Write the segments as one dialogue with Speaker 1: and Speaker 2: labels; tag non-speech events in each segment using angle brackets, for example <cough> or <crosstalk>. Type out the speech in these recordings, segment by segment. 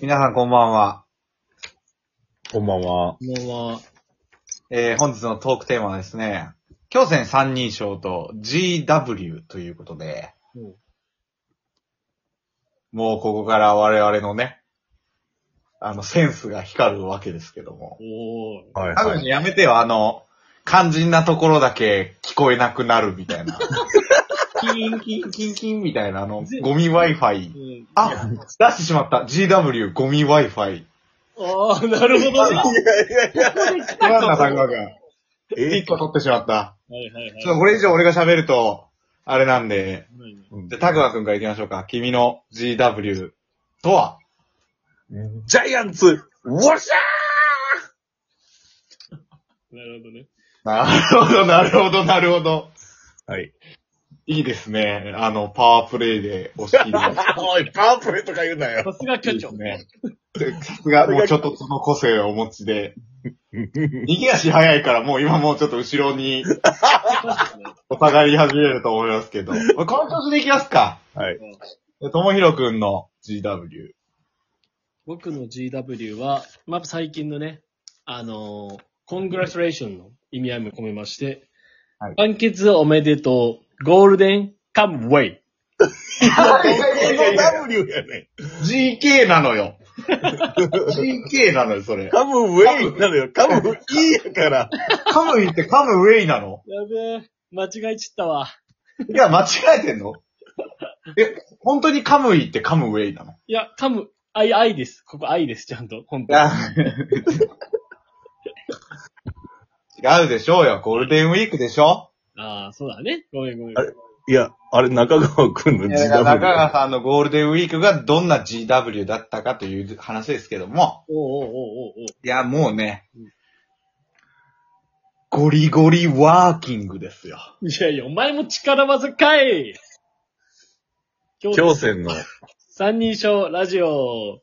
Speaker 1: 皆さんこんばんは。
Speaker 2: こんばんは。
Speaker 3: こんばんは。
Speaker 1: えー、本日のトークテーマはですね、京戦三人称と GW ということで、
Speaker 3: うん
Speaker 1: もうここから我々のね、あの、センスが光るわけですけども。
Speaker 3: おー。
Speaker 2: はい
Speaker 1: 多
Speaker 2: は
Speaker 1: 分
Speaker 2: い。
Speaker 1: やめてよ、あの、肝心なところだけ聞こえなくなるみたいな。キンキン <laughs> キンキンみたいな、あの、ゴミ Wi-Fi
Speaker 3: う。ん、
Speaker 1: あ、出してしまった。GW ゴミ <laughs> Wi-Fi。
Speaker 3: あー、なるほどね。は
Speaker 1: ご
Speaker 3: い
Speaker 1: めんなさい、ごめんなさい
Speaker 2: え
Speaker 1: 一個取ってしまった。
Speaker 3: はいはい。
Speaker 1: ちょっとこれ以上俺が喋ると、あれなんで。じゃあ、タグマくんから行きましょうか。君の GW とは
Speaker 2: ジャイアンツ、わっし
Speaker 3: なるほどね。
Speaker 1: なるほど、なるほど、なるほど。
Speaker 2: ゃーはい。
Speaker 1: いいですね。あの、パワープレイでお
Speaker 2: <laughs>
Speaker 1: 好きで。
Speaker 2: おい、パープレとか言うなよ。
Speaker 3: さすが
Speaker 1: い
Speaker 3: 巨
Speaker 1: いで
Speaker 3: 長。
Speaker 1: すね。さすが、もうちょっとその個性をお持ちで。逃げ足早いから、もう今もうちょっと後ろ
Speaker 2: <laughs>
Speaker 1: にお互い始めると思いますけど。この調子でいきますか。
Speaker 2: はい。
Speaker 1: でともひろくんの
Speaker 2: <laughs>
Speaker 1: GW。
Speaker 3: 僕の GW は、まあ、やっぱ最近のね、あのー、コングラスレーションの意味合いも込めまして、
Speaker 1: はい
Speaker 3: 完結おめでとう、ゴールデンカムウェイ。
Speaker 2: W やね
Speaker 1: GK なのよ。GK なのよ、それ。
Speaker 2: カムウェイなのよ。カムイやから。
Speaker 1: カムイってカムウェイなの
Speaker 3: やべえ、間違えちったわ。
Speaker 1: いや、間違えてんのえ、本当にカムイってカムウェイなの
Speaker 3: いや、カム、アイ、アイです。ここアイです、ちゃんと。本当
Speaker 1: 違うでしょうよ。ゴールデンウィークでしょ
Speaker 3: ああ、そうだね。ごめんごめん
Speaker 2: あ。れいや、あれ、中川くんの
Speaker 1: いやだから中
Speaker 2: GW。
Speaker 1: 川さんのゴールデンウィークがどんな GW だったかという話ですけども。
Speaker 3: おうおうおうおうおう
Speaker 1: いや、もうね。ゴリゴリワーキングですよ。
Speaker 3: いやいや、お前も力技かい今日、
Speaker 2: 京戦の。
Speaker 3: 三人称ラジオ。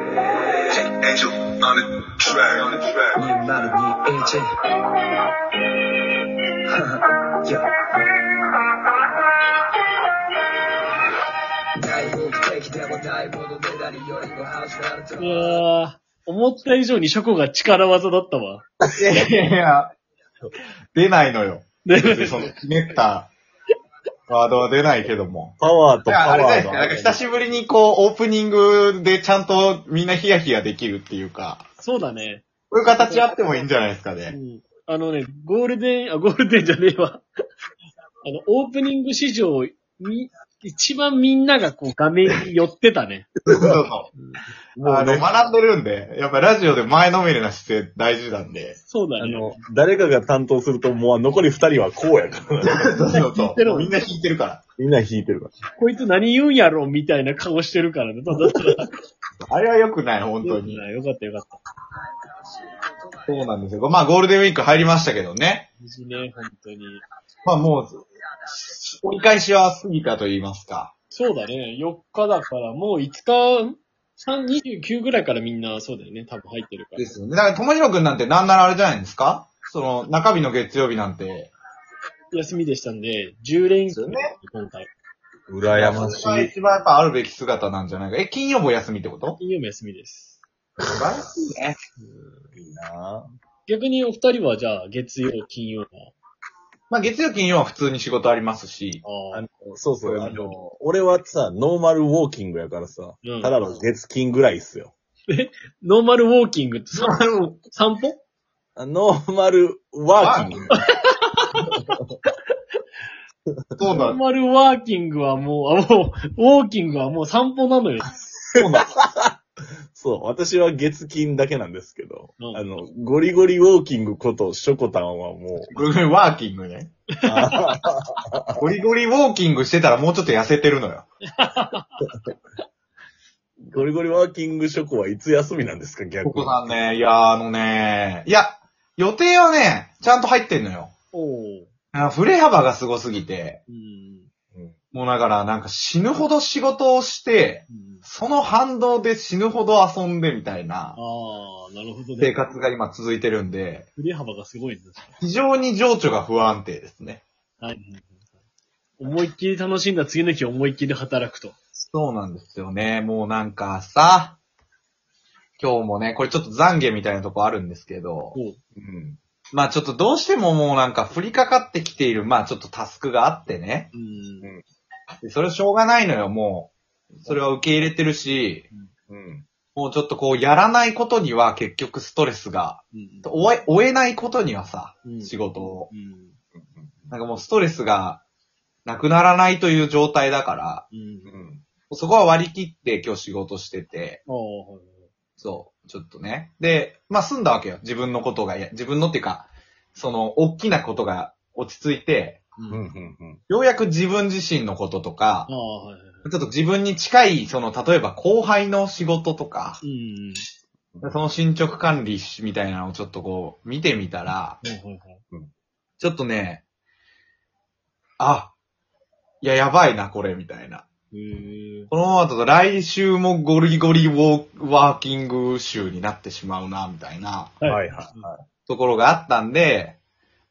Speaker 4: Angel on the track, on the track.
Speaker 5: You matter, me, AJ. yeah.
Speaker 3: うわー思った以上にショコが力技だったわ。
Speaker 1: いやいやいや、出ないのよ。
Speaker 3: ね
Speaker 1: 別に
Speaker 3: <laughs>
Speaker 1: その、ひねったワードは出ないけども。
Speaker 2: パワーと
Speaker 1: だ
Speaker 2: パ
Speaker 1: からあれじゃな
Speaker 2: ワ
Speaker 1: い
Speaker 2: ー
Speaker 1: です
Speaker 2: の
Speaker 1: か。なんか久しぶりにこう、オープニングでちゃんとみんなヒヤヒヤできるっていうか、
Speaker 3: そうだね。
Speaker 1: こういう形あってもいいんじゃないですか
Speaker 3: う
Speaker 1: ね。
Speaker 3: んあのね、ゴールデン、あ、ゴールデンじゃねえわ。あの、オープニング史上、み、一番みんながこう画面に寄ってたね。
Speaker 1: そうそう。あの、学んでるんで、やっぱラジオで前のめりな姿勢大事なんで。
Speaker 3: そうだ
Speaker 2: あ
Speaker 3: ね。
Speaker 2: の、誰かが担当すると、もう残り二人はこうやからな。
Speaker 1: そうそう
Speaker 3: 聞いてるもん
Speaker 1: みんな弾いてるから。
Speaker 2: みんな弾いてるか
Speaker 3: こいつ何言うんやろみたいな顔してるからね。ただただ
Speaker 1: あれは良くない、本当に。
Speaker 3: よかったよかった。
Speaker 1: そうなんですよ。まあ、ゴールデンウィーク入りましたけどね。
Speaker 3: 無事ね、本当に。
Speaker 1: まあ、もう、折り返しは過ぎたと言いますか。
Speaker 3: そうだね。4日だから、もう5日、3、29ぐらいからみんな、そうだよね。多分入ってるから。
Speaker 1: ですよね。だから、ともひろくんなんてなんならあれじゃないんですかその、中日の月曜日なんて。
Speaker 3: 休みでしたんで、10連
Speaker 1: すよ
Speaker 3: 休
Speaker 1: ね
Speaker 3: 今回。
Speaker 2: ら。羨まし
Speaker 1: それが
Speaker 2: い。
Speaker 1: 一番やっぱあるべき姿なんじゃないか。え、金曜もお休みってこと
Speaker 3: 金曜も休みです。
Speaker 1: 素晴らしいね。
Speaker 2: いいな
Speaker 3: 逆にお二人はじゃあ、月曜、金曜は。
Speaker 1: まあ月曜金曜は普通に仕事ありますし。
Speaker 3: あ
Speaker 2: あ
Speaker 3: あ。
Speaker 2: のそうそ
Speaker 1: そう
Speaker 2: う、
Speaker 1: いうの
Speaker 2: あの、俺はさ、ノーマルウォーキングやからさ、
Speaker 3: うん
Speaker 2: ただの月金ぐらいっすよ。
Speaker 3: ノーマルウォーキングって、散散歩
Speaker 2: あノーマルワーキング。
Speaker 1: そう
Speaker 3: ノー。マルワーキングはもう、あ、もう、ウォーキングはもう散歩なのよ。
Speaker 1: そうなん
Speaker 2: そう、私は月金だけなんですけど、
Speaker 3: うん
Speaker 2: あの、ゴリゴリウォーキングことショコタンはも
Speaker 1: ゴリゴリワーキングね。ゴリゴリウォーキングしてたらもうちょっと痩せてるのよ。
Speaker 2: う、ゴリゴリワーキングショコはいつ休みなんですか、逆
Speaker 1: ここ
Speaker 2: に。
Speaker 1: さんね、いやーあのね、いや、予定はね、ちゃんと入ってんのよ。
Speaker 3: おー。
Speaker 1: あ振れ幅がすごすぎて、
Speaker 3: うん。
Speaker 2: うん
Speaker 1: もうだからなんか死ぬほど仕事をして、
Speaker 3: うん
Speaker 1: その反動で死ぬほど遊んでみたいな
Speaker 3: ああ、なるほど
Speaker 1: 生
Speaker 3: ね。
Speaker 1: 活が今続いてるんで、
Speaker 3: 振れ幅がすごいね。
Speaker 1: 非常に情緒が不安定ですね。
Speaker 3: はい。思いっきり楽しんだ次の日思いっきり働くと。
Speaker 1: そうなんですよね。もうなんかさ、今日もね、これちょっと懺悔みたいなとこあるんですけど、
Speaker 3: そう
Speaker 2: うん。
Speaker 1: まあちょっとどうしてももうなんか降りかかってきている、まあちょっとタスクがあってね。
Speaker 3: うん。
Speaker 1: でそれはしょうがないのよ、もう。それは受け入れてるし、
Speaker 2: うん。
Speaker 1: もうちょっとこうやらないことには結局ストレスが、
Speaker 3: うん
Speaker 1: 追え、追えないことにはさ、
Speaker 3: うん
Speaker 1: 仕事を。
Speaker 3: うん。
Speaker 1: なんかもうストレスがなくならないという状態だから、
Speaker 3: うん
Speaker 2: う。ん。
Speaker 1: そこは割り切って今日仕事してて、
Speaker 3: ああ、はい
Speaker 1: そう、ちょっとね。で、まあ済んだわけよ。自分のことが、いや自分のっていうか、その、大きなことが落ち着いて、
Speaker 2: うん。
Speaker 3: はい。
Speaker 2: う
Speaker 3: うん。
Speaker 2: ん。
Speaker 1: ようやく自分自身のこととか
Speaker 3: あ、あ、はいはいは
Speaker 1: ちょっと自分に近い、その、例えば後輩の仕事とか、
Speaker 3: い。うん。
Speaker 1: その進捗管理みたいなのをちょっとこう、見てみたら、
Speaker 3: はいはいはい。
Speaker 1: ちょっとね、あ、いや、やばいな、これ、みたいな。
Speaker 3: へえ。
Speaker 1: このままだと来週もゴリゴリウォーワーキング週になってしまうな、みたいな
Speaker 2: はいはいは
Speaker 1: ところがあったんで、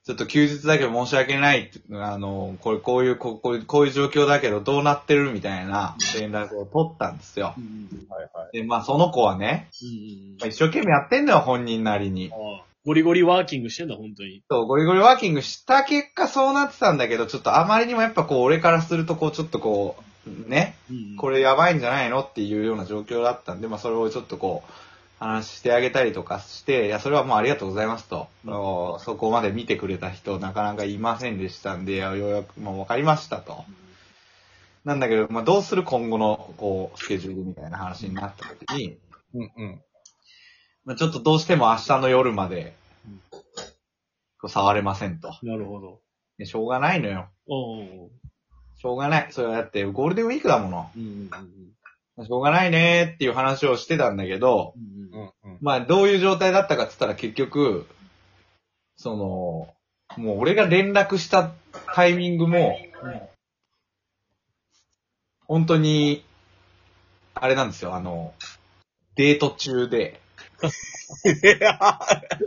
Speaker 1: ちょっと休日だけど申し訳ない。あの、これ、こういう、ここういう、こういう状況だけどどうなってるみたいな連絡を取ったんですよ
Speaker 3: う。ん。うん
Speaker 2: はいはい。
Speaker 1: で、まあその子はね、
Speaker 3: うん
Speaker 1: まあ一生懸命やってんのよ、本人なりに。
Speaker 3: ああ、ゴリゴリワーキングしてんだ、本当に。
Speaker 1: そう、ゴリゴリワーキングした結果そうなってたんだけど、ちょっとあまりにもやっぱこう、俺からするとこう、ちょっとこう、ね、
Speaker 3: うん
Speaker 1: こ
Speaker 3: れ。
Speaker 1: れやばいんじゃないのっていうような状況だったんで、まあそれをちょっとこう、話してあげたりとかして、いや、それはもうありがとうございますと。あのそこまで見てくれた人なかなかいませんでしたんで、いやようやく、まあわかりましたと。なんだけど、まあどうする今後の、こう、スケジュールみたいな話になった時に、
Speaker 2: うんうん。
Speaker 1: まあちょっとどうしても明日の夜まで
Speaker 3: うん、
Speaker 1: こう触れませんと。
Speaker 3: なるほど。
Speaker 1: でしょうがないのよ。
Speaker 3: おう
Speaker 1: しょうがない。それはだって、ゴールデンウィークだもの。
Speaker 3: おう。うん。
Speaker 1: しょうがないねーっていう話をしてたんだけど、
Speaker 3: うん
Speaker 2: う。んうん。
Speaker 1: まあ、どういう状態だったかって言ったら結局、その、もう俺が連絡したタイミングも、本当に、あれなんですよ、あの、デート中で、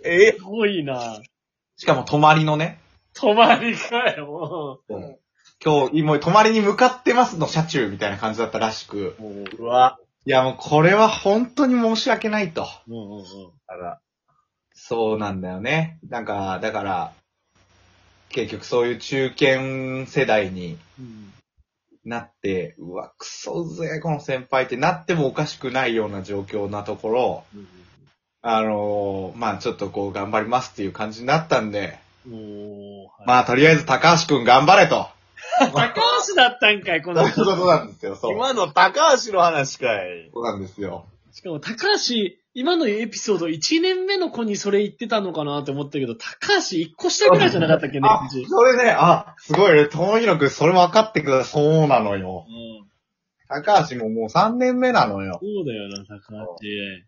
Speaker 2: え
Speaker 3: すごいな。
Speaker 1: しかも泊まりのね、
Speaker 3: 泊まりかよ、も
Speaker 1: 今日、もう泊まりに向かってますの車中みたいな感じだったらしく、
Speaker 3: う。もう、
Speaker 2: うわ。
Speaker 1: いやもうこれは本当に申し訳ないと。
Speaker 3: うんうん
Speaker 2: あら。
Speaker 1: そうなんだよね。なんか、だから、結局そういう中堅世代に
Speaker 3: うん。
Speaker 1: なって、うわ、クソうぜえ、この先輩ってなってもおかしくないような状況なところ、あのーまあちょっとこう頑張りますっていう感じになったんで、
Speaker 3: うん。おー。
Speaker 1: まあとりあえず高橋くん頑張れと。
Speaker 3: 高橋だったんかい、こ
Speaker 1: そう
Speaker 3: の
Speaker 1: いうこ
Speaker 3: 人。
Speaker 1: となんですよ、そう。
Speaker 2: 今の高橋の話かい。
Speaker 1: そうなんですよ。
Speaker 3: しかも、高橋、今のエピソード1年目の子にそれ言ってたのかなって思ったけど、高橋1個下ぐらいじゃなかったっけね、
Speaker 1: あ、
Speaker 3: 藤井
Speaker 1: それね、あ、すごいね、ともひろくんそれ分かってください。そうなのよ。
Speaker 3: うん
Speaker 1: 高橋ももう3年目なのよ。
Speaker 3: そうだよな、高橋。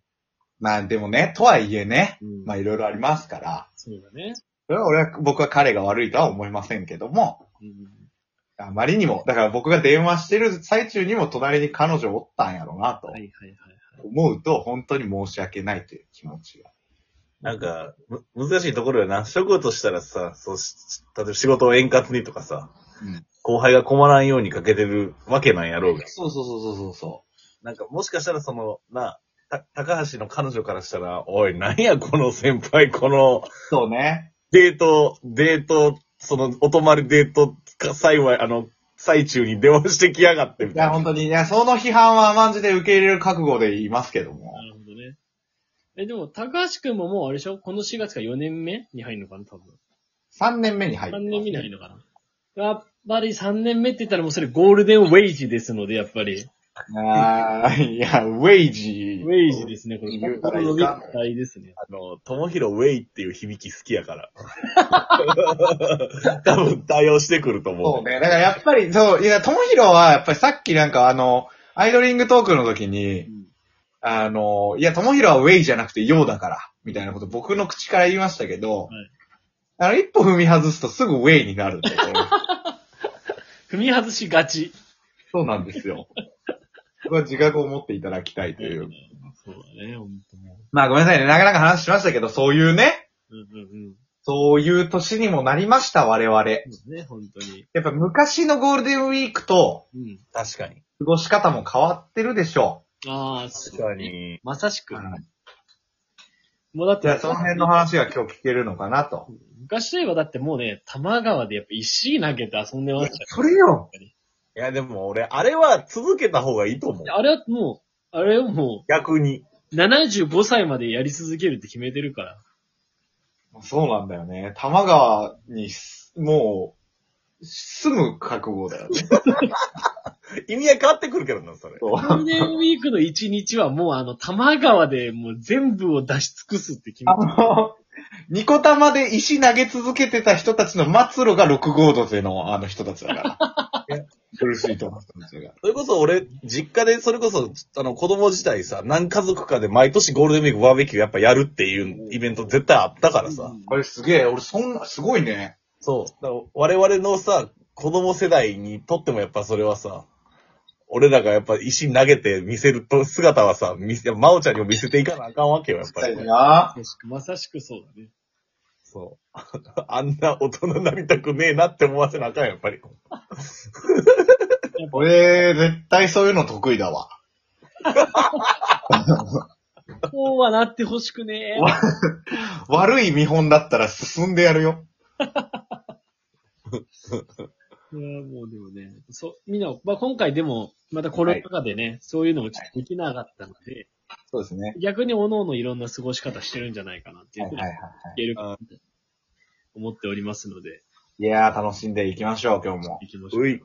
Speaker 1: まあでもね、とはいえね、
Speaker 3: うん
Speaker 1: まあいろいろありますから、
Speaker 3: そうだね。
Speaker 1: それは俺は、僕は彼が悪いとは思いませんけども、
Speaker 3: うん
Speaker 1: あまりにも、だから僕が電話してる最中にも隣に彼女おったんやろうなと
Speaker 3: はいはいはい。
Speaker 1: 思うと、本当に申し訳ないという気持ちが。
Speaker 2: なんか、む、難しいところよな。職業としたらさ、そうし、例えば仕事を円滑にとかさ、
Speaker 1: うん
Speaker 2: 後輩が困らんようにかけてるわけなんやろうが。
Speaker 1: そうそうそうそうそ
Speaker 2: なんか、もしかしたらその、な、た、高橋の彼女からしたら、おい、なんやこの先輩、この、
Speaker 1: う。そうね。
Speaker 2: デート、デート、その、お泊まりデートか、幸い、あの、最中に電話してきやがって、み
Speaker 1: い
Speaker 2: たい
Speaker 1: や、
Speaker 2: な。
Speaker 1: 本当に、いや、その批判は甘んじて受け入れる覚悟で言いますけども
Speaker 3: な。るほどね。え、でも、高橋くんももうあれでしょこの4月か4年目に入るのかな多分。
Speaker 1: 3年目に入った。
Speaker 3: 3年目に入るのかなやっぱり3年目って言ったらもうそれゴールデンウェイジですので、やっぱり。
Speaker 1: あーいや、ウェイジ
Speaker 3: ウェイジですね、これ。
Speaker 1: 言うたらいい
Speaker 3: 伸び
Speaker 1: か
Speaker 3: いですね。
Speaker 2: あの、ともひろウェイっていう響き好きやから。 <laughs> 多分対応してくると思。
Speaker 1: そううね。だからやっぱり、そう、いや、ともひろは、やっぱりさっきなんかあの、アイドリングトークの時に、
Speaker 3: うん
Speaker 1: あの、いや、ともひろはウェイじゃなくてヨウだから、みたいなこと僕の口から言いましたけど、
Speaker 3: はい
Speaker 1: あの、一歩踏み外すとすぐウェイになるんで、
Speaker 3: 踏み外しがち。
Speaker 1: <laughs> そうなんですよ。そこは自覚を持っていただきたいという。
Speaker 3: そうだね、ほんとも
Speaker 1: まあごめんなさいね、なかなか話しましたけど、そういうね、
Speaker 3: う。うんうんうん。
Speaker 1: そういう年にもなりました、我々。や
Speaker 3: ですね、本当に。
Speaker 1: っぱ昔のゴールデンウィークと
Speaker 3: うん。
Speaker 2: 確かに。
Speaker 1: 過ごし方も変わってるでしょ
Speaker 3: ああ、そう
Speaker 2: 確かに。
Speaker 3: まさしく。
Speaker 1: う。
Speaker 3: もうだっ
Speaker 1: じゃあ
Speaker 3: て、
Speaker 1: その辺の話が今日聞けるのかなと。
Speaker 3: 昔といえばだってもうね、多摩川でやっぱ石投げて遊んでましたよ
Speaker 1: それよ
Speaker 2: いや、でも俺、あれは続けた方がいいと思う。
Speaker 3: あれはもう、あれをも
Speaker 2: 逆に。
Speaker 3: う、75歳までやり続けるって決めてるから。
Speaker 1: そうなんだよね。多摩川にす、もう、住む覚悟だよね。
Speaker 2: 意味は変わってくるけどな、それ。
Speaker 1: そ
Speaker 3: ゴール
Speaker 1: う
Speaker 3: デンウィークの1日はもうあの、多摩川でもう全部を出し尽くすって決
Speaker 1: <laughs>
Speaker 3: め
Speaker 1: あ
Speaker 3: てる。
Speaker 1: の、ニコタマで石投げ続けてた人たちの末路が6号土でのあの人たちだ <laughs> から。苦しいと思った人たちが。
Speaker 2: それこそ俺、実家で、それこそ、あの、子供自体さ、何家族かで毎年ゴールデンウィークバーベキューやっぱやるっていうイベント絶対あったからさ。
Speaker 1: あれすげえ、俺そんな、すごいね。
Speaker 2: そう。だから我々のさ、子供世代にとってもやっぱそれはさ、俺らがやっぱ石投げて見せると姿はさ、見せ、真央ちゃんにも見せていかなあかんわけよ、やっぱり。
Speaker 1: な
Speaker 3: まさしく、まさしくそうだね。
Speaker 2: そう。 <laughs> あんな大人になりたくねえなって思わせなあかん、やっぱり。
Speaker 1: 俺、絶対そういうの得意だわ。
Speaker 3: こうはなってほしくねえ。
Speaker 1: 悪い見本だったら進んでやるよ。
Speaker 3: いやもうでもね、そう、みんな、まあ、今回でも、またコロナ禍でね、そういうのもちょっとできなかったので、
Speaker 1: そうですね。
Speaker 3: 逆に各々いろんな過ごし方してるんじゃないかなっていうふうに
Speaker 1: はい
Speaker 3: 言
Speaker 1: はい。
Speaker 3: えるかなと思っておりますので、
Speaker 1: いやー、楽しんでいきましょう、今日も。
Speaker 3: 行きましょう。
Speaker 2: うい。